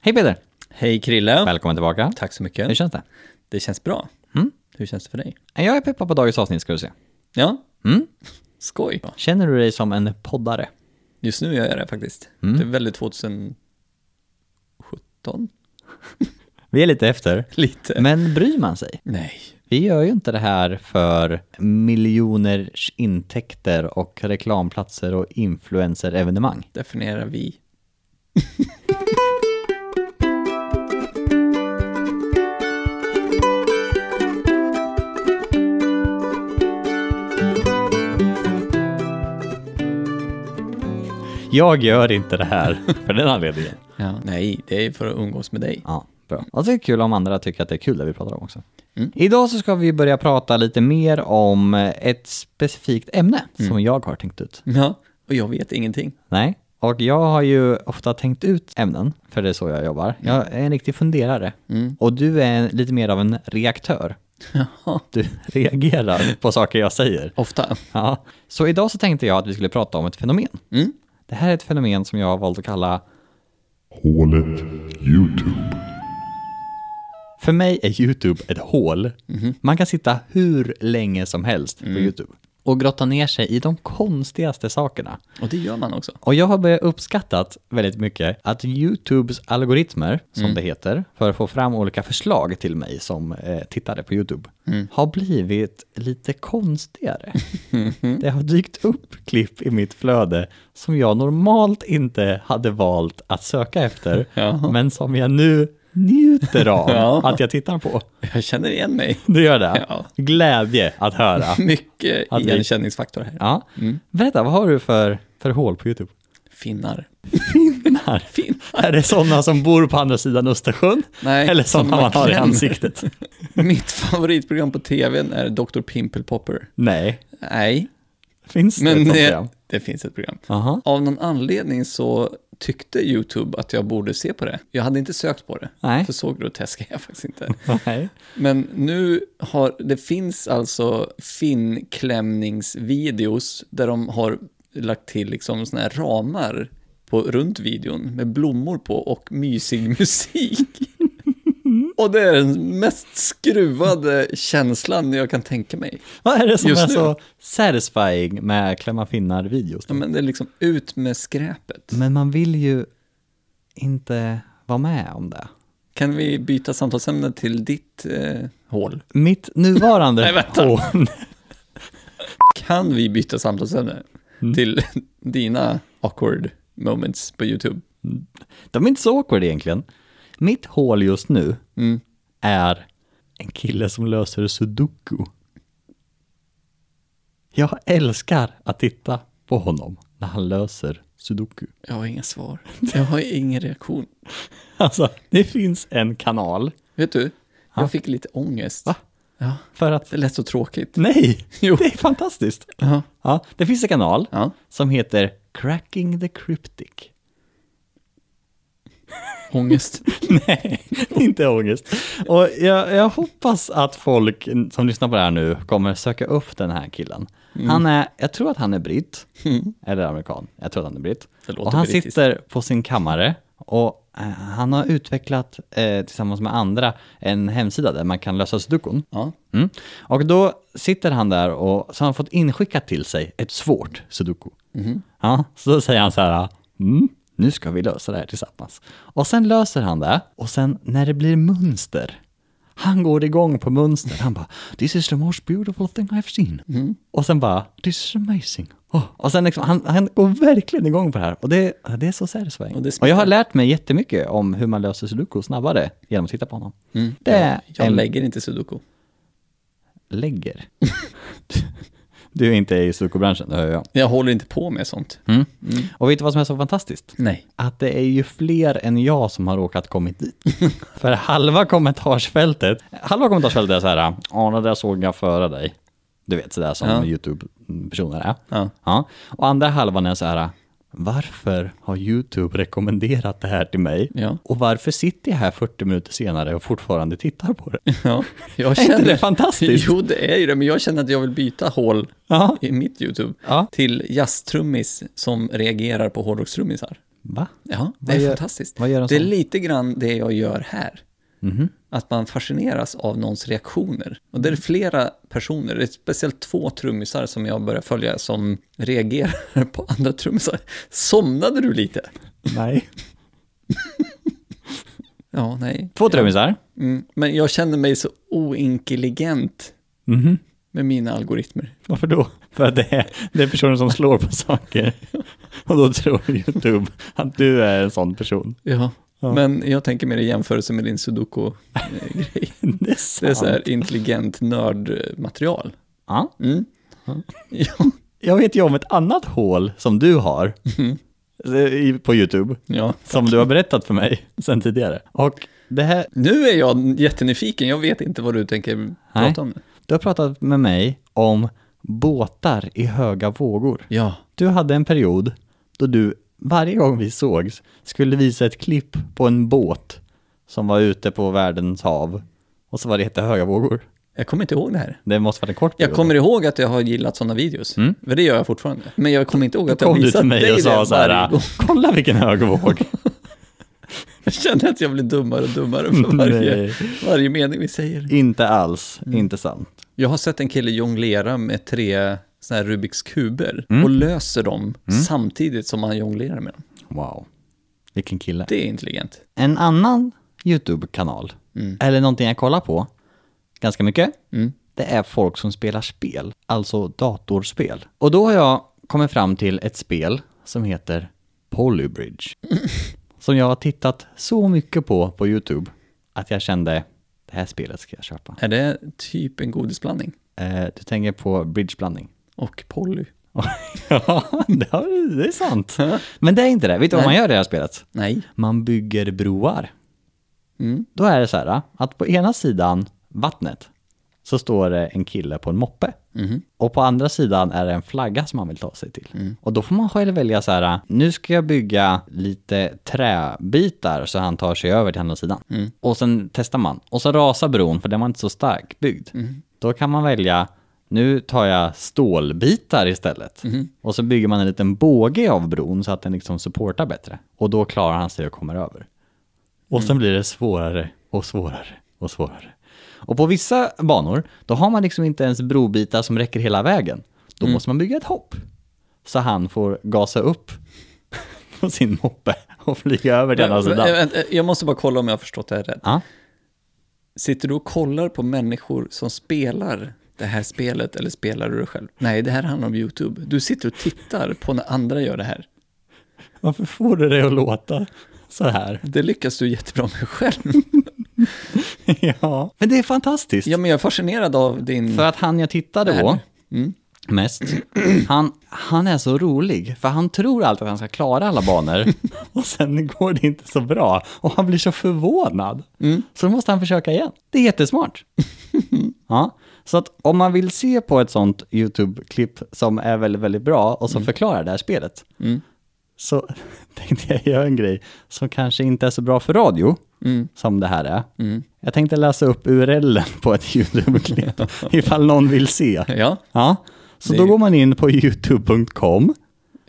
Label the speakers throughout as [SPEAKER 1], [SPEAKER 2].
[SPEAKER 1] Hej Peder!
[SPEAKER 2] Hej Krille!
[SPEAKER 1] Välkommen tillbaka.
[SPEAKER 2] Tack så
[SPEAKER 1] Hur
[SPEAKER 2] mycket.
[SPEAKER 1] känns det?
[SPEAKER 2] Det känns bra.
[SPEAKER 1] Mm.
[SPEAKER 2] Hur känns det för dig?
[SPEAKER 1] Jag är peppad på dagens avsnitt ska du se.
[SPEAKER 2] Ja,
[SPEAKER 1] Mm.
[SPEAKER 2] skoj.
[SPEAKER 1] Känner du dig som en poddare?
[SPEAKER 2] Just nu gör jag det faktiskt.
[SPEAKER 1] Mm.
[SPEAKER 2] Det är väldigt 2017,
[SPEAKER 1] Vi är lite efter.
[SPEAKER 2] lite.
[SPEAKER 1] Men bryr man sig?
[SPEAKER 2] Nej.
[SPEAKER 1] Vi gör ju inte det här för miljoners intäkter och reklamplatser och influencer-evenemang.
[SPEAKER 2] Definierar vi.
[SPEAKER 1] Jag gör inte det här för den anledningen.
[SPEAKER 2] Ja. Nej, det är för att umgås med dig.
[SPEAKER 1] Ja, bra. Och det är kul om andra tycker att det är kul det vi pratar om också. Idag så ska vi börja prata lite mer om ett specifikt ämne som jag har tänkt ut.
[SPEAKER 2] Ja, och jag vet ingenting.
[SPEAKER 1] Nej. Och jag har ju ofta tänkt ut ämnen, för det är så jag jobbar. Jag är en riktig funderare. Och du är lite mer av en reaktör.
[SPEAKER 2] Jaha.
[SPEAKER 1] Du reagerar på saker jag säger.
[SPEAKER 2] Ofta.
[SPEAKER 1] Ja. Så idag så tänkte jag att vi skulle prata om ett fenomen.
[SPEAKER 2] Mm.
[SPEAKER 1] Det här är ett fenomen som jag har valt att kalla
[SPEAKER 3] Hålet Youtube.
[SPEAKER 1] För mig är YouTube ett hål. Man kan sitta hur länge som helst på YouTube och grotta ner sig i de konstigaste sakerna.
[SPEAKER 2] Och det gör man också.
[SPEAKER 1] Och jag har börjat uppskattat väldigt mycket att YouTubes algoritmer, som
[SPEAKER 2] Mm.
[SPEAKER 1] det heter, för att få fram olika förslag till mig som eh, tittare på YouTube,
[SPEAKER 2] Mm.
[SPEAKER 1] har blivit lite konstigare. Det har dykt upp klipp i mitt flöde som jag normalt inte hade valt att söka efter,
[SPEAKER 2] Ja.
[SPEAKER 1] men som jag nu njuter av
[SPEAKER 2] Ja.
[SPEAKER 1] att jag tittar på.
[SPEAKER 2] Jag känner igen mig.
[SPEAKER 1] Du gör det?
[SPEAKER 2] Ja.
[SPEAKER 1] Glädje att höra.
[SPEAKER 2] Mycket
[SPEAKER 1] Att vi-
[SPEAKER 2] igenkänningsfaktor här.
[SPEAKER 1] Ja.
[SPEAKER 2] Mm.
[SPEAKER 1] Berätta, vad har du för, för hål på YouTube?
[SPEAKER 2] Finnar.
[SPEAKER 1] Finnar? Är det sådana som bor på andra sidan Östersjön?
[SPEAKER 2] Nej,
[SPEAKER 1] Eller sådana
[SPEAKER 2] sådana
[SPEAKER 1] man har i
[SPEAKER 2] klämmer.
[SPEAKER 1] ansiktet?
[SPEAKER 2] Mitt favoritprogram på tvn är Dr. Pimple Popper.
[SPEAKER 1] Nej,
[SPEAKER 2] Nej,
[SPEAKER 1] finns det
[SPEAKER 2] men
[SPEAKER 1] ett sånt
[SPEAKER 2] det,
[SPEAKER 1] program?
[SPEAKER 2] det finns ett program.
[SPEAKER 1] Aha.
[SPEAKER 2] Av någon anledning så tyckte YouTube att jag borde se på det. Jag hade inte sökt på det,
[SPEAKER 1] Nej.
[SPEAKER 2] för så grotesk är jag faktiskt inte.
[SPEAKER 1] Nej.
[SPEAKER 2] Men nu har, det finns alltså finklämningsvideos där de har lagt till liksom såna här ramar på, runt videon med blommor på och mysig musik. Och det är den mest skruvade känslan jag kan tänka mig.
[SPEAKER 1] Vad är det som
[SPEAKER 2] Just
[SPEAKER 1] är
[SPEAKER 2] nu.
[SPEAKER 1] så satisfying med klämma finnar-videos? då?
[SPEAKER 2] Men det är liksom ut med skräpet.
[SPEAKER 1] Men man vill ju inte vara med om det.
[SPEAKER 2] Kan vi byta samtalsämne till ditt eh, hål?
[SPEAKER 1] Mitt nuvarande
[SPEAKER 2] Nej, vänta.
[SPEAKER 1] hål-
[SPEAKER 2] Kan vi byta samtalsämne till dina awkward moments på YouTube?
[SPEAKER 1] De är inte så awkward egentligen. Mitt hål just nu
[SPEAKER 2] Mm.
[SPEAKER 1] är en kille som löser sudoku. Jag älskar att titta på honom när han löser sudoku.
[SPEAKER 2] Jag har inga svar. Jag har ingen reaktion.
[SPEAKER 1] Alltså, det finns en kanal
[SPEAKER 2] Vet du? Jag fick lite ångest.
[SPEAKER 1] Va?
[SPEAKER 2] Ja,
[SPEAKER 1] för att...
[SPEAKER 2] det lät så tråkigt.
[SPEAKER 1] Nej!
[SPEAKER 2] Jo.
[SPEAKER 1] Det är fantastiskt.
[SPEAKER 2] Ja.
[SPEAKER 1] Ja, det finns en kanal
[SPEAKER 2] Ja.
[SPEAKER 1] som heter Cracking the Cryptic.
[SPEAKER 2] Ångest.
[SPEAKER 1] Nej, inte ångest. Och jag, jag hoppas att folk som lyssnar på det här nu kommer söka upp den här killen.
[SPEAKER 2] Mm.
[SPEAKER 1] Han är, jag tror att han är britt, eller amerikan. Jag tror att han är britt.
[SPEAKER 2] Det låter
[SPEAKER 1] Och han
[SPEAKER 2] brittiskt.
[SPEAKER 1] sitter på sin kammare och eh, han har utvecklat eh, tillsammans med andra en hemsida där man kan lösa sudokun.
[SPEAKER 2] Ja.
[SPEAKER 1] Mm. Och då sitter han där och så har han fått inskickat till sig ett svårt sudoku. Ja, så då säger han så här, mm, nu ska vi lösa det här tillsammans. Och sen löser han det och sen när det blir mönster, han går igång på mönster. Han bara, this is the most beautiful thing I've seen.
[SPEAKER 2] Mm.
[SPEAKER 1] Och sen bara, this is amazing. Oh. Och sen liksom, han, han går verkligen igång på det här. Och det, det är så satisfying.
[SPEAKER 2] Och
[SPEAKER 1] Och,
[SPEAKER 2] det
[SPEAKER 1] jag har lärt mig jättemycket om hur man löser sudoku snabbare genom att titta på honom. Det är
[SPEAKER 2] Mm. Jag
[SPEAKER 1] en
[SPEAKER 2] lägger inte sudoku.
[SPEAKER 1] lägger. du är inte i sukobranschen, det hör jag.
[SPEAKER 2] Jag håller inte på med sånt. Mm.
[SPEAKER 1] Och vet du vad som är så fantastiskt?
[SPEAKER 2] Nej.
[SPEAKER 1] Att det är ju fler än jag som har råkat kommit dit. för halva kommentarsfältet, halva kommentarsfältet är så här, ja det där såg jag före dig. Du vet sådär som
[SPEAKER 2] Ja.
[SPEAKER 1] YouTube-personer är.
[SPEAKER 2] Ja.
[SPEAKER 1] Och andra halvan är så här, varför har YouTube rekommenderat det här till mig?
[SPEAKER 2] Ja.
[SPEAKER 1] Och varför sitter jag här 40 minuter senare och fortfarande tittar på det?
[SPEAKER 2] Ja. Jag
[SPEAKER 1] Är
[SPEAKER 2] känner...
[SPEAKER 1] inte det fantastiskt?
[SPEAKER 2] Jo, det är ju det, men jag känner att jag vill byta hål
[SPEAKER 1] Ja.
[SPEAKER 2] i mitt YouTube
[SPEAKER 1] Ja.
[SPEAKER 2] till jazztrummis som reagerar på hårdrockstrummisar.
[SPEAKER 1] Va?
[SPEAKER 2] Ja, det
[SPEAKER 1] Vad
[SPEAKER 2] är
[SPEAKER 1] gör-
[SPEAKER 2] fantastiskt.
[SPEAKER 1] vad gör en
[SPEAKER 2] det är
[SPEAKER 1] sån? Mhm.
[SPEAKER 2] lite grann det jag gör här. Att man fascineras av någons reaktioner. Och
[SPEAKER 1] Mm.
[SPEAKER 2] det är flera personer, det är speciellt två trummisar som jag börjar följa som reagerar på andra trummisar. Somnade du lite?
[SPEAKER 1] Nej.
[SPEAKER 2] Ja, nej.
[SPEAKER 1] Två trummisar.
[SPEAKER 2] Mm. Men jag känner mig så ointelligent Mm-hmm. med mina algoritmer.
[SPEAKER 1] Varför då? För att det är, det är personer som slår på saker. Och då tror YouTube att du är en sån person.
[SPEAKER 2] Ja. Men jag tänker mer i jämförelse med din sudoku-grej.
[SPEAKER 1] Det är,
[SPEAKER 2] Det är så
[SPEAKER 1] sant.
[SPEAKER 2] här intelligent nördmaterial.
[SPEAKER 1] Ja.
[SPEAKER 2] Mm. Ja.
[SPEAKER 1] Jag vet ju om ett annat hål som du har eh, i- på YouTube.
[SPEAKER 2] ja.
[SPEAKER 1] Som du har berättat för mig sen tidigare. Och det här,
[SPEAKER 2] Nu är jag jättenyfiken, jag vet inte vad du tänker prata om nu.
[SPEAKER 1] du har pratat med mig om båtar i höga vågor.
[SPEAKER 2] Ja.
[SPEAKER 1] Du hade en period då du varje gång vi sågs skulle visa ett klipp på en båt som var ute på världens hav och så var det jättehöga vågor.
[SPEAKER 2] Jag kommer inte ihåg det här.
[SPEAKER 1] Det måste vara en kort period.
[SPEAKER 2] Jag kommer ihåg att jag har gillat sådana videos, för det gör jag fortfarande. Men jag kommer inte ihåg att jag
[SPEAKER 1] Kom
[SPEAKER 2] har
[SPEAKER 1] du
[SPEAKER 2] visat
[SPEAKER 1] till mig
[SPEAKER 2] dig
[SPEAKER 1] och sa
[SPEAKER 2] det
[SPEAKER 1] så
[SPEAKER 2] varje
[SPEAKER 1] här,
[SPEAKER 2] gång.
[SPEAKER 1] kolla vilken hög våg.
[SPEAKER 2] Jag känner att jag blir dummare och dummare för varje,
[SPEAKER 1] Nej.
[SPEAKER 2] varje mening vi säger.
[SPEAKER 1] inte alls, inte sant.
[SPEAKER 2] Jag har sett en kille jonglera med tre sådana här Rubiks kuber
[SPEAKER 1] Mm.
[SPEAKER 2] och löser dem samtidigt som han jonglerar med dem.
[SPEAKER 1] Wow, vilken kille.
[SPEAKER 2] Det är intelligent.
[SPEAKER 1] En annan YouTube-kanal, eller någonting jag kollar på ganska mycket, det är folk som spelar spel, alltså datorspel. Och då har jag kommit fram till ett spel som heter Polybridge. Som jag har tittat så mycket på på YouTube att jag kände det här spelet ska jag köpa.
[SPEAKER 2] Är det typ en godisblandning?
[SPEAKER 1] Eh, du tänker på bridgeblandning?
[SPEAKER 2] Och Polly?
[SPEAKER 1] ja, det har- det är sant. Men det är inte det. Vet du vad man gör i det här spelet?
[SPEAKER 2] Nej.
[SPEAKER 1] man bygger broar. Då är det så här att på ena sidan vattnet så står det en kille på en moppe. Och på andra sidan är det en flagga som man vill ta sig till. Och då får man själv välja så här, nu ska jag bygga lite träbitar så han tar sig över till andra sidan. Och sen testar man. Och så rasar bron för den var inte så stark byggd. Då kan man välja, nu tar jag stålbitar istället. Och så bygger man en liten båge av bron så att den liksom supportar bättre. Och då klarar han sig och kommer över. Och sen blir det svårare och svårare och svårare. Och på vissa banor, då har man liksom inte ens brobitar som räcker hela vägen. Då måste man bygga ett hopp. Så han får gasa upp på sin moppe och flyga över till andra
[SPEAKER 2] Vä-
[SPEAKER 1] sidan.
[SPEAKER 2] vänta, Jag måste bara kolla om jag har förstått det här rätt.
[SPEAKER 1] Ja.
[SPEAKER 2] Sitter du och kollar på människor som spelar det här spelet eller spelar du det själv? Nej, det här handlar om YouTube. Du sitter och tittar på när andra gör det här.
[SPEAKER 1] Varför får du det att låta så här?
[SPEAKER 2] Det lyckas du jättebra med själv.
[SPEAKER 1] ja. Men det är fantastiskt.
[SPEAKER 2] Ja, men jag är fascinerad av din...
[SPEAKER 1] För att han jag tittade på
[SPEAKER 2] Mm.
[SPEAKER 1] mest, han, han är så rolig. För han tror alltid att han ska klara alla banor. och sen går det inte så bra. Och han blir så förvånad. Så då måste han försöka igen. Det är jättesmart. ja. Så att om man vill se på ett sånt YouTube-klipp som är väldigt, väldigt bra och som förklarar det här spelet. Så tänkte jag göra en grej som kanske inte är så bra för radio, som det här är. Jag tänkte läsa upp URLen på ett YouTube-klipp, ifall någon vill se.
[SPEAKER 2] Ja,
[SPEAKER 1] Ja, så
[SPEAKER 2] Det är
[SPEAKER 1] då
[SPEAKER 2] ju-
[SPEAKER 1] går man in på youtube.com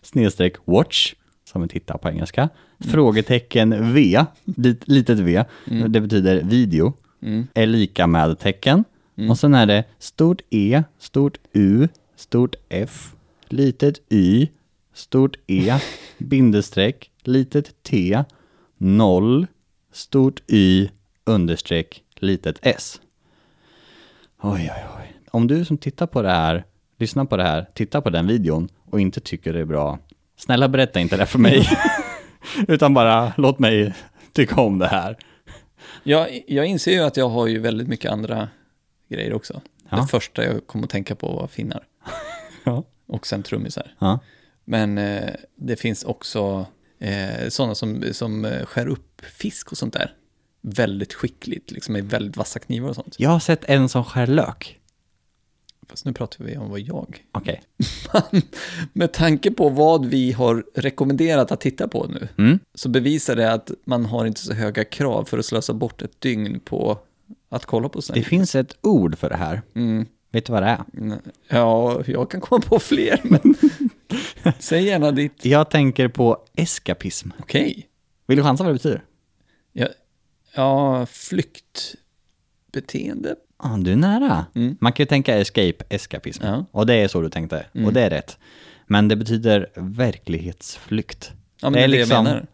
[SPEAKER 1] snedstreck watch, som vi tittar på engelska,
[SPEAKER 2] Mm.
[SPEAKER 1] frågetecken V, lit, litet V, det betyder video,
[SPEAKER 2] Mm.
[SPEAKER 1] är lika med tecken. Och sen är det stort E, stort U, stort F, litet Y, stort E, bindestreck, litet T, noll, stort Y, understreck, litet S. Oj, oj, oj. Om du som tittar på det här, lyssnar på det här, tittar på den videon och inte tycker det är bra, snälla berätta inte det för mig. Utan bara låt mig tycka om det här.
[SPEAKER 2] jag, jag inser ju att jag har ju väldigt mycket andra grejer också. Det första jag kom att tänka på var finnar
[SPEAKER 1] Ja.
[SPEAKER 2] och sen trummisar.
[SPEAKER 1] Ja.
[SPEAKER 2] Men eh, det finns också eh, sådana som, som eh, skär upp fisk och sånt där. Väldigt skickligt, liksom med väldigt vassa knivar och sånt.
[SPEAKER 1] Jag har sett en som skär lök.
[SPEAKER 2] Fast nu pratar vi om vad jag...
[SPEAKER 1] Okej.
[SPEAKER 2] med tanke på vad vi har rekommenderat att titta på nu,
[SPEAKER 1] Mm.
[SPEAKER 2] så bevisar det att man har inte så höga krav för att slösa bort ett dygn på att kolla på
[SPEAKER 1] Det
[SPEAKER 2] sånt.
[SPEAKER 1] finns ett ord för det här.
[SPEAKER 2] Mm.
[SPEAKER 1] Vet du vad det är?
[SPEAKER 2] Ja, jag kan komma på fler, men Säg gärna ditt.
[SPEAKER 1] Jag tänker på eskapism.
[SPEAKER 2] Okej.
[SPEAKER 1] Vill du chansa vad det betyder?
[SPEAKER 2] Ja, ja flyktbeteende.
[SPEAKER 1] Ah, du är nära. Man kan ju tänka escape, eskapism.
[SPEAKER 2] Mm. Ja. Mm.
[SPEAKER 1] Och det är så du tänkte. Och det är rätt. Men det betyder verklighetsflykt. liksom-
[SPEAKER 2] Ja, men det är det jag menar.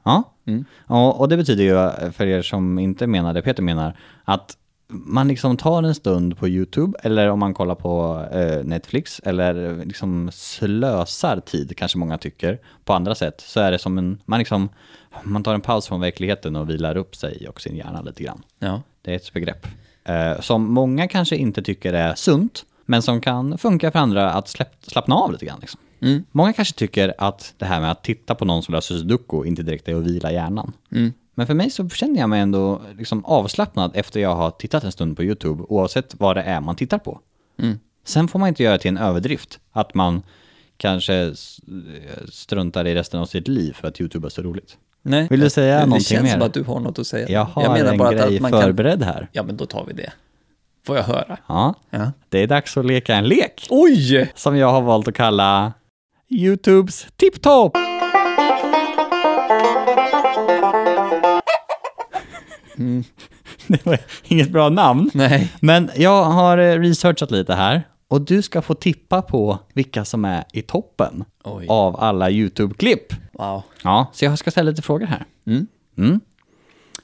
[SPEAKER 2] Mm.
[SPEAKER 1] Ja. Och, och det betyder ju, eh, för er som inte menar det Peter menar, att man liksom tar en stund på YouTube eller om man kollar på eh, Netflix eller liksom slösar tid, kanske många tycker, på andra sätt. Så är det som en, man liksom, man tar en paus från verkligheten och vilar upp sig och sin hjärna lite grann.
[SPEAKER 2] Ja.
[SPEAKER 1] Det är ett begrepp. Eh, som många kanske inte tycker är sunt, men som kan funka för andra att släpp, slappna av lite grann. Liksom. Många kanske tycker att det här med att titta på någon som löser sudoku inte direkt är att vila hjärnan. Men för mig så känner jag mig ändå liksom avslappnad efter jag har tittat en stund på YouTube, oavsett vad det är man tittar på. Sen får man inte göra det till en överdrift, att man kanske s- struntar i resten av sitt liv för att YouTube är så roligt.
[SPEAKER 2] Nej.
[SPEAKER 1] Vill du säga
[SPEAKER 2] det,
[SPEAKER 1] någonting
[SPEAKER 2] Det känns
[SPEAKER 1] mer?
[SPEAKER 2] som att du har något att säga.
[SPEAKER 1] Jag har en grej förberedd här.
[SPEAKER 2] Ja, men då tar vi det. Får jag höra?
[SPEAKER 1] Ja.
[SPEAKER 2] Ja.
[SPEAKER 1] Det är dags att leka en lek.
[SPEAKER 2] Oj!
[SPEAKER 1] som jag har valt att kalla YouTubes tipptopp. Mm. Det var inget bra namn.
[SPEAKER 2] Nej.
[SPEAKER 1] Men jag har eh, researchat lite här och du ska få tippa på vilka som är i toppen
[SPEAKER 2] Oj.
[SPEAKER 1] av alla YouTube-klipp.
[SPEAKER 2] Wow.
[SPEAKER 1] Ja, så jag ska ställa lite frågor här. Mm.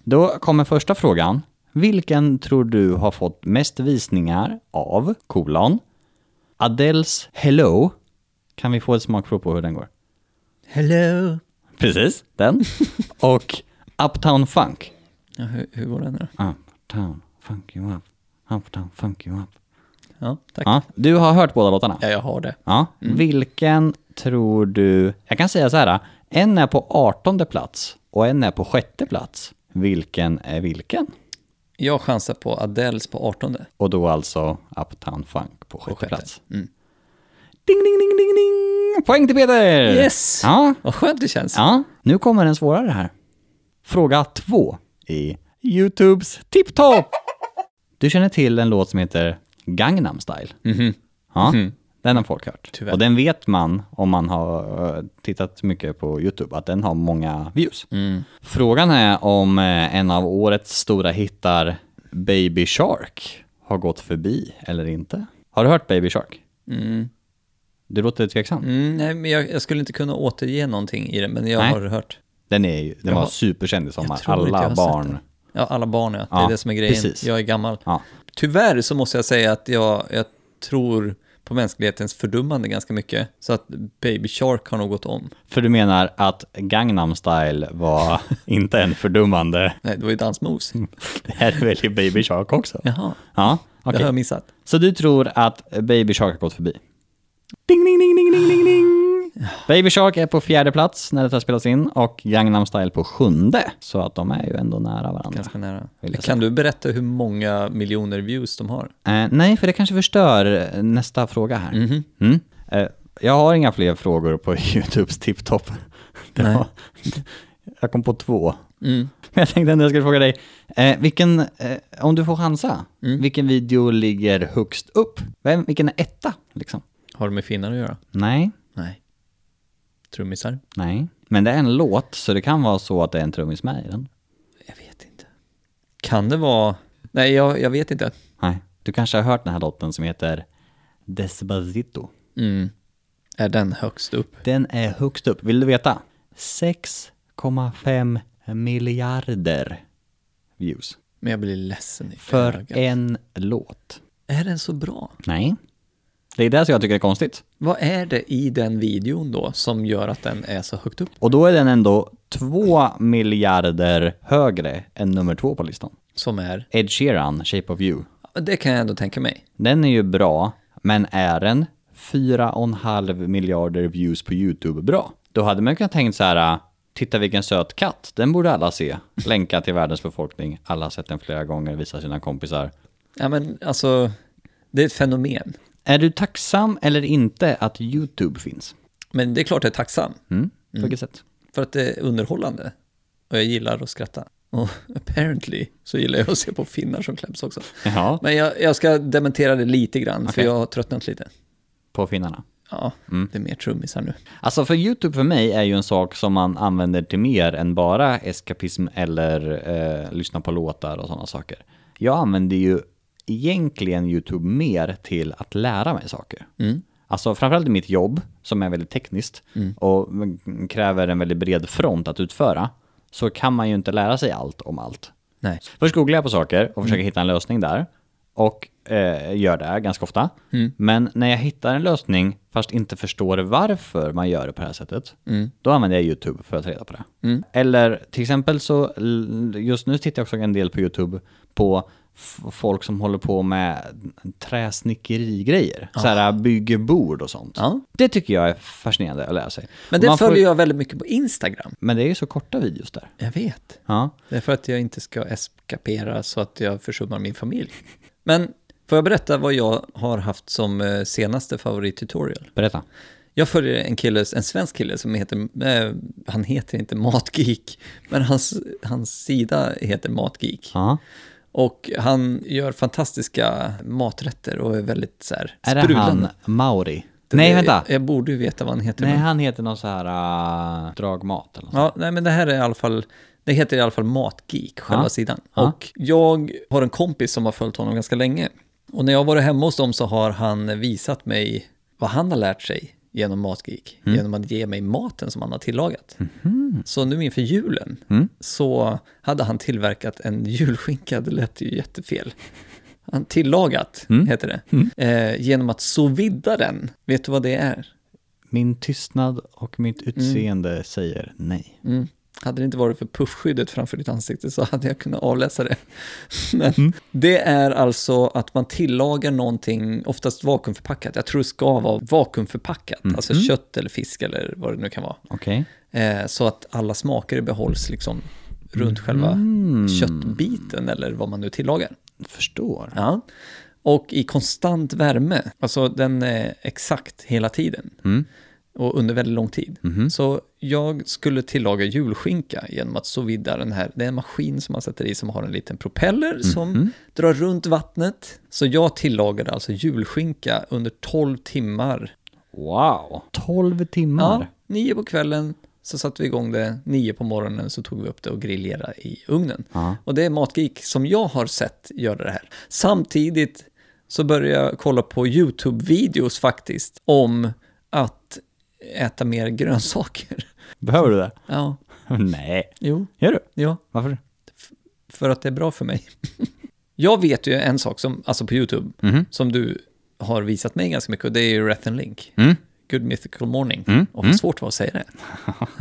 [SPEAKER 1] Då kommer första frågan. Vilken tror du har fått mest visningar av, kolon, Adels Hello? Kan vi få ett smakprov på hur den går?
[SPEAKER 2] Hello.
[SPEAKER 1] Precis, den. Och Uptown Funk. Ah,
[SPEAKER 2] Ja, hur, hur går den då?
[SPEAKER 1] Uptown Funk you up. Uptown Funk you up.
[SPEAKER 2] Ja, tack. Ja,
[SPEAKER 1] Ja, du har hört båda låtarna?
[SPEAKER 2] jag har det.
[SPEAKER 1] Ja.
[SPEAKER 2] Mm.
[SPEAKER 1] Vilken tror du... Jag kan säga så här. En är på 18 plats och en är på sjätte plats. Vilken är vilken?
[SPEAKER 2] Jag chansar på Adels på 18.
[SPEAKER 1] Och då alltså Uptown Funk på sjätte,
[SPEAKER 2] sjätte. Mm.
[SPEAKER 1] plats. Ding, ding, ding, ding, ding! Poäng till Peter!
[SPEAKER 2] Yes!
[SPEAKER 1] Ja.
[SPEAKER 2] Vad skönt det känns.
[SPEAKER 1] ja. Nu kommer en svårare här. Fråga två i YouTubes tipptopp. Du känner till en låt som heter Gangnam style. Ja, den har folk hört.
[SPEAKER 2] Tyvärr.
[SPEAKER 1] Och den vet man om man har eh, tittat mycket på YouTube, att den har många views. Frågan är om eh, en av årets stora hittar, Baby Shark, har gått förbi eller inte. Har du hört Baby Shark? Du låter tveksam.
[SPEAKER 2] Mm, nej, men jag, jag skulle inte kunna återge någonting i det, men jag
[SPEAKER 1] Nej.
[SPEAKER 2] har hört.
[SPEAKER 1] Den, är, ju- den
[SPEAKER 2] Jag
[SPEAKER 1] var
[SPEAKER 2] har-
[SPEAKER 1] superkänd i sommar.
[SPEAKER 2] jag tror inte jag
[SPEAKER 1] Alla
[SPEAKER 2] har sett
[SPEAKER 1] barn.
[SPEAKER 2] den. Ja, alla barn ja. Det
[SPEAKER 1] Ja,
[SPEAKER 2] är det som är grejen.
[SPEAKER 1] precis.
[SPEAKER 2] Jag är gammal.
[SPEAKER 1] Ja.
[SPEAKER 2] Tyvärr så måste jag säga att jag, jag tror på mänsklighetens fördummande ganska mycket. Så att Baby Shark har nog gått om.
[SPEAKER 1] För du menar att Gangnam style var inte en fördummande...
[SPEAKER 2] Nej, det var ju dansmoves.
[SPEAKER 1] Det här är väl i Baby Shark också?
[SPEAKER 2] Jaha,
[SPEAKER 1] Ja, okej.
[SPEAKER 2] det har jag missat.
[SPEAKER 1] Så du tror att Baby Shark har gått förbi? Ding, ding, ding, ding, ding, ding, ding. Baby Shark är på fjärde plats när det här spelas in och Gangnam Style på sjunde. Så att de är ju ändå nära varandra.
[SPEAKER 2] Ganska nära.
[SPEAKER 1] Vill jag
[SPEAKER 2] Kan du berätta hur många miljoner views de har?
[SPEAKER 1] Eh, nej, för det kanske förstör eh, nästa fråga här. Mm. Eh, jag har inga fler frågor på YouTubes tipptopp. Det
[SPEAKER 2] Nej.
[SPEAKER 1] var- Jag kom på två. Men jag tänkte ändå jag skulle fråga dig, eh, vilken, eh, om du får chansa, vilken video ligger högst upp? Vem, vilken är etta? Liksom?
[SPEAKER 2] Har det med finnar att göra?
[SPEAKER 1] Nej,
[SPEAKER 2] Nej. Trummisar?
[SPEAKER 1] nej. Men det är en låt, så det kan vara så att det är en trummis med i den.
[SPEAKER 2] Jag vet inte. Kan det vara... Nej, jag, jag vet inte.
[SPEAKER 1] Nej. Du kanske har hört den här låten som heter Despacito.
[SPEAKER 2] Mm. Är den högst upp?
[SPEAKER 1] Den är högst upp. Vill du veta? 6,5 miljarder views.
[SPEAKER 2] Men jag blir ledsen i
[SPEAKER 1] För
[SPEAKER 2] ögat.
[SPEAKER 1] en låt.
[SPEAKER 2] Är den så bra?
[SPEAKER 1] Nej. Det är det som jag tycker är konstigt.
[SPEAKER 2] Vad är det i den videon då som gör att den är så högt upp?
[SPEAKER 1] Och då är den ändå 2 miljarder högre än nummer två på listan.
[SPEAKER 2] Som är...
[SPEAKER 1] Ed Sheeran, Shape of You.
[SPEAKER 2] Det kan jag ändå tänka mig.
[SPEAKER 1] Den är ju bra, men är den 4,5 miljarder views på YouTube bra? Då hade man kunnat tänkt så här, äh, titta vilken söt katt, den borde alla se. Länka till världens befolkning, alla har sett den flera gånger, visar sina kompisar.
[SPEAKER 2] Ja, men alltså... Det är ett fenomen.
[SPEAKER 1] Är du tacksam eller inte att YouTube finns?
[SPEAKER 2] Men det är klart jag är tacksam.
[SPEAKER 1] Mm? På vilket sätt?
[SPEAKER 2] För att det är underhållande. Och jag gillar att skratta. Och apparently så gillar jag att se på finnar som kläms också.
[SPEAKER 1] Ja,
[SPEAKER 2] Men jag, jag ska dementera det lite grann, för
[SPEAKER 1] Okej. Mm.
[SPEAKER 2] jag har tröttnat lite.
[SPEAKER 1] på finnarna.
[SPEAKER 2] Ja, det är mer trummisar nu.
[SPEAKER 1] Alltså för YouTube för mig är ju en sak som man använder till mer än bara eskapism eller eh, lyssna på låtar och sådana saker. Jag använder ju egentligen YouTube mer till att lära mig saker. Alltså framförallt i mitt jobb som är väldigt tekniskt och mm, kräver en väldigt bred front att utföra så kan man ju inte lära sig allt om allt.
[SPEAKER 2] Nej.
[SPEAKER 1] Först googlar jag på saker och
[SPEAKER 2] Mm.
[SPEAKER 1] försöker hitta en lösning där. Och eh, gör det ganska ofta.
[SPEAKER 2] Mm.
[SPEAKER 1] Men när jag hittar en lösning, fast inte förstår varför man gör det på det här sättet,
[SPEAKER 2] Mm.
[SPEAKER 1] då använder jag YouTube för att ta reda på det. Eller till exempel så, l- just nu tittar jag också en del på YouTube på f- folk som håller på med träsnickerigrejer. Så här bygger bord och sånt.
[SPEAKER 2] Ah. Ja.
[SPEAKER 1] Det tycker jag är fascinerande att lära sig.
[SPEAKER 2] Men
[SPEAKER 1] Och
[SPEAKER 2] det
[SPEAKER 1] man får-
[SPEAKER 2] följer jag väldigt mycket på Instagram.
[SPEAKER 1] Men det är ju så korta videos där.
[SPEAKER 2] Jag vet.
[SPEAKER 1] Ja.
[SPEAKER 2] Det är för att jag inte ska eskapera så att jag försummar min familj. Men får jag berätta vad jag har haft som eh, senaste favorittutorial?
[SPEAKER 1] Berätta.
[SPEAKER 2] Jag följer en kille, en svensk kille som heter, eh, han heter inte Matgeek, men hans, hans sida heter Matgeek.
[SPEAKER 1] Ja.
[SPEAKER 2] Och han gör fantastiska maträtter och är väldigt så här
[SPEAKER 1] Är det han
[SPEAKER 2] sprudlande.
[SPEAKER 1] Mauri? Nej,
[SPEAKER 2] Det-
[SPEAKER 1] vänta.
[SPEAKER 2] Jag borde ju veta vad han heter.
[SPEAKER 1] Nej,
[SPEAKER 2] men...
[SPEAKER 1] han heter någon så här uh, dragmat eller något.
[SPEAKER 2] Ja, nej, men det här är i alla fall, det heter i alla fall Matgeek, själva
[SPEAKER 1] Ja.
[SPEAKER 2] sidan.
[SPEAKER 1] Ja.
[SPEAKER 2] Och jag har en kompis som har följt honom ganska länge. Och när jag har varit hemma hos dem så har han visat mig vad han har lärt sig genom Matgeek,
[SPEAKER 1] Mm.
[SPEAKER 2] genom att ge mig maten som han har tillagat.
[SPEAKER 1] Mhm.
[SPEAKER 2] Så nu inför julen
[SPEAKER 1] Mm.
[SPEAKER 2] så hade han tillverkat en julskinka, det lät ju jättefel. Han tillagat,
[SPEAKER 1] Mm.
[SPEAKER 2] heter det, eh, genom att sovidda den. Vet du vad det är?
[SPEAKER 1] Min tystnad och mitt utseende säger nej.
[SPEAKER 2] Mm. Hade det inte varit för puffskyddet framför ditt ansikte så hade jag kunnat avläsa det. Men det är alltså att man tillagar någonting, oftast vakuumförpackat. Jag tror det ska vara vakuumförpackat, alltså kött eller fisk eller vad det nu kan vara.
[SPEAKER 1] Okej.
[SPEAKER 2] Eh, så att alla smaker behålls liksom runt själva köttbiten eller vad man nu tillagar.
[SPEAKER 1] Förstår.
[SPEAKER 2] Ja. Och i konstant värme, alltså den är exakt hela tiden. Och under väldigt lång tid. Så jag skulle tillaga julskinka genom att sovida den här. Det är en maskin som man sätter i som har en liten propeller som drar runt vattnet. Så jag tillagade alltså julskinka under 12 timmar.
[SPEAKER 1] Wow. 12 timmar.
[SPEAKER 2] Ja, nio på kvällen så satte vi igång det, nio på morgonen så tog vi upp det och grillera i ugnen.
[SPEAKER 1] Ja.
[SPEAKER 2] Och det är Matgeek som jag har sett göra det här. Samtidigt så började jag kolla på YouTube-videos faktiskt om att äta mer grönsaker.
[SPEAKER 1] Behöver du det?
[SPEAKER 2] Ja,
[SPEAKER 1] nej.
[SPEAKER 2] jo,
[SPEAKER 1] Gör du?
[SPEAKER 2] ja,
[SPEAKER 1] Varför?
[SPEAKER 2] för att det är bra för mig. jag vet ju en sak som, alltså på YouTube, som du har visat mig ganska mycket och det är ju Rathen Link. Good Mythical Morning. Och vad svårt det var att säga det.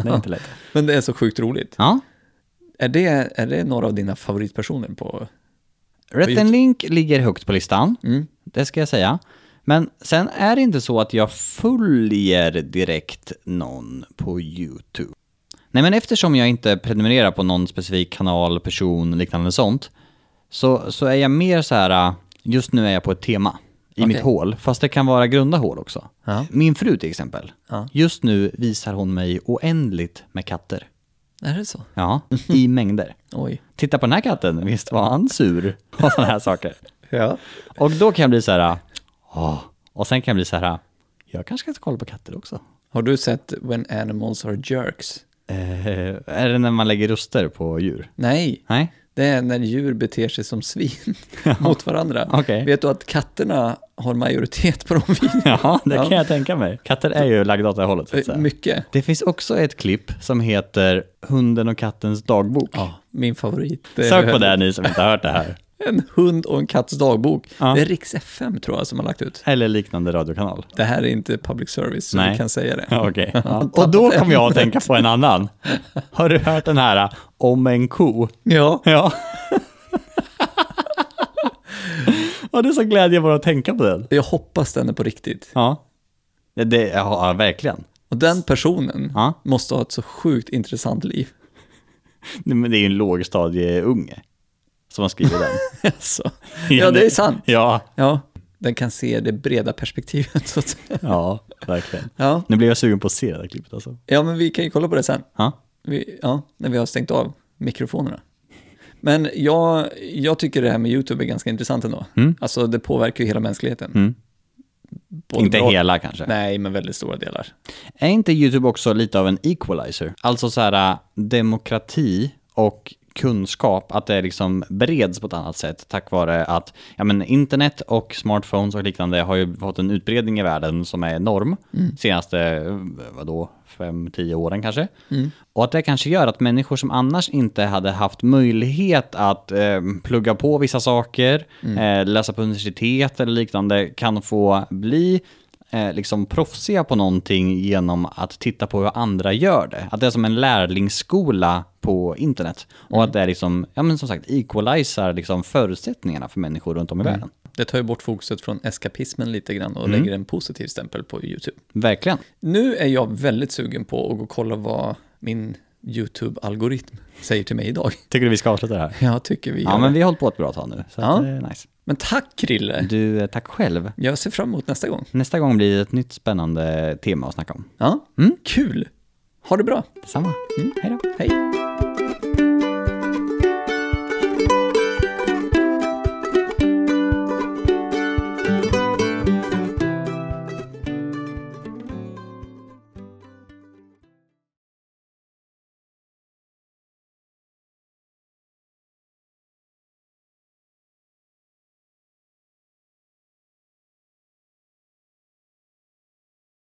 [SPEAKER 1] Det är inte lätt.
[SPEAKER 2] Men det är så sjukt roligt.
[SPEAKER 1] Ja.
[SPEAKER 2] Är det, är det några av dina favoritpersoner på...
[SPEAKER 1] Rätt
[SPEAKER 2] YouTube.
[SPEAKER 1] en link ligger högt på listan.
[SPEAKER 2] Mm.
[SPEAKER 1] Det ska jag säga. Men sen är det inte så att jag följer direkt någon på YouTube. Nej men eftersom jag inte prenumererar på någon specifik kanal, person, liknande sånt. Så, så är jag mer så här, äh, just nu är jag på ett tema i
[SPEAKER 2] Okej.
[SPEAKER 1] mitt hål. Fast det kan vara grunda hål också.
[SPEAKER 2] Ja.
[SPEAKER 1] Min fru till exempel.
[SPEAKER 2] Ja.
[SPEAKER 1] Just nu visar hon mig oändligt med katter.
[SPEAKER 2] Är det så?
[SPEAKER 1] Ja, i mängder.
[SPEAKER 2] Oj.
[SPEAKER 1] Titta på den här katten, visst var han sur? Och sådana här saker.
[SPEAKER 2] Ja.
[SPEAKER 1] Och då kan jag bli så här, åh. Och sen kan jag bli så här, jag kanske ska kolla på katter också.
[SPEAKER 2] Har du sett When Animals Are Jerks?
[SPEAKER 1] Eh, är det när man lägger röster på djur?
[SPEAKER 2] Nej,
[SPEAKER 1] Nej?
[SPEAKER 2] det är när djur beter sig som svin mot varandra.
[SPEAKER 1] Okej.
[SPEAKER 2] Vet du att katterna har majoritet på de videorna?
[SPEAKER 1] Ja, det kan
[SPEAKER 2] Ja. Eh,
[SPEAKER 1] jag tänka mig. Katter är ju lagda åt det hållet. Så att säga.
[SPEAKER 2] Mycket.
[SPEAKER 1] Det finns också ett klipp som heter Hunden och kattens dagbok.
[SPEAKER 2] Ja, min favorit. Det är
[SPEAKER 1] Sök på det ni som inte har hört det här.
[SPEAKER 2] En hund och en katts dagbok.
[SPEAKER 1] Ja.
[SPEAKER 2] Det är Riks FM tror jag som har lagt ut.
[SPEAKER 1] Eller liknande radiokanal.
[SPEAKER 2] Det här är inte public service, så
[SPEAKER 1] Nej.
[SPEAKER 2] vi kan säga det.
[SPEAKER 1] Ja, Okej. Och då kom jag att tänka på en annan. Har du hört den här äh, om en ko?
[SPEAKER 2] Ja.
[SPEAKER 1] Ja. Och det är så glädje bara att tänka på den.
[SPEAKER 2] Jag hoppas den är på riktigt.
[SPEAKER 1] Ja. Det, det, ja, verkligen.
[SPEAKER 2] Och den personen
[SPEAKER 1] Ja.
[SPEAKER 2] måste ha ett så sjukt intressant liv.
[SPEAKER 1] Nej, Men det är ju en lågstadieunge som har skrivit den.
[SPEAKER 2] Alltså. Ja, det är sant.
[SPEAKER 1] Ja,
[SPEAKER 2] Ja, den kan se det breda perspektivet. Så att säga.
[SPEAKER 1] ja verkligen.
[SPEAKER 2] Ja.
[SPEAKER 1] Nu blev jag sugen på att se det där klippet alltså.
[SPEAKER 2] ja, men vi kan ju kolla på det sen.
[SPEAKER 1] Ja.
[SPEAKER 2] Vi, ja, när vi har stängt av mikrofonerna. Men jag, Mm. jag tycker det här med YouTube är ganska intressant ändå. Alltså det påverkar ju hela mänskligheten. både
[SPEAKER 1] Inte
[SPEAKER 2] bra-
[SPEAKER 1] hela kanske.
[SPEAKER 2] Nej, men väldigt stora delar.
[SPEAKER 1] Är inte YouTube också lite av en equalizer? Alltså så här äh, demokrati och kunskap, att det liksom bereds på ett annat sätt tack vare att ja, men internet och smartphones och liknande har ju fått en utbredning i världen som är enorm senaste, eh, vadå, fem, tio åren kanske. Och att det kanske gör att människor som annars inte hade haft möjlighet att eh, plugga på vissa saker, eh, läsa på universitet eller liknande kan få bli eh, liksom proffsiga på någonting genom att titta på hur andra gör det. Att det är som en lärlingsskola på internet. Och att det är liksom, ja men som sagt, equalizerar liksom förutsättningarna för människor runt om i världen.
[SPEAKER 2] Det tar ju bort fokuset från eskapismen lite grann och lägger en positiv stämpel på YouTube.
[SPEAKER 1] Verkligen.
[SPEAKER 2] Nu är jag väldigt sugen på att gå och kolla vad min YouTube-algoritm säger till mig idag.
[SPEAKER 1] Tycker du vi ska avsluta det här?
[SPEAKER 2] Jag tycker vi gör
[SPEAKER 1] Ja,
[SPEAKER 2] det.
[SPEAKER 1] men vi har hållit på ett bra tag nu. Så
[SPEAKER 2] Ja.
[SPEAKER 1] att det är nice.
[SPEAKER 2] Men tack Krille!
[SPEAKER 1] Du, eh, tack själv.
[SPEAKER 2] Jag ser fram emot nästa gång.
[SPEAKER 1] Nästa gång blir det ett nytt spännande tema att snacka om.
[SPEAKER 2] Ja, kul! Ha det bra!
[SPEAKER 1] Detsamma. Mm. Hej då.
[SPEAKER 2] Hej!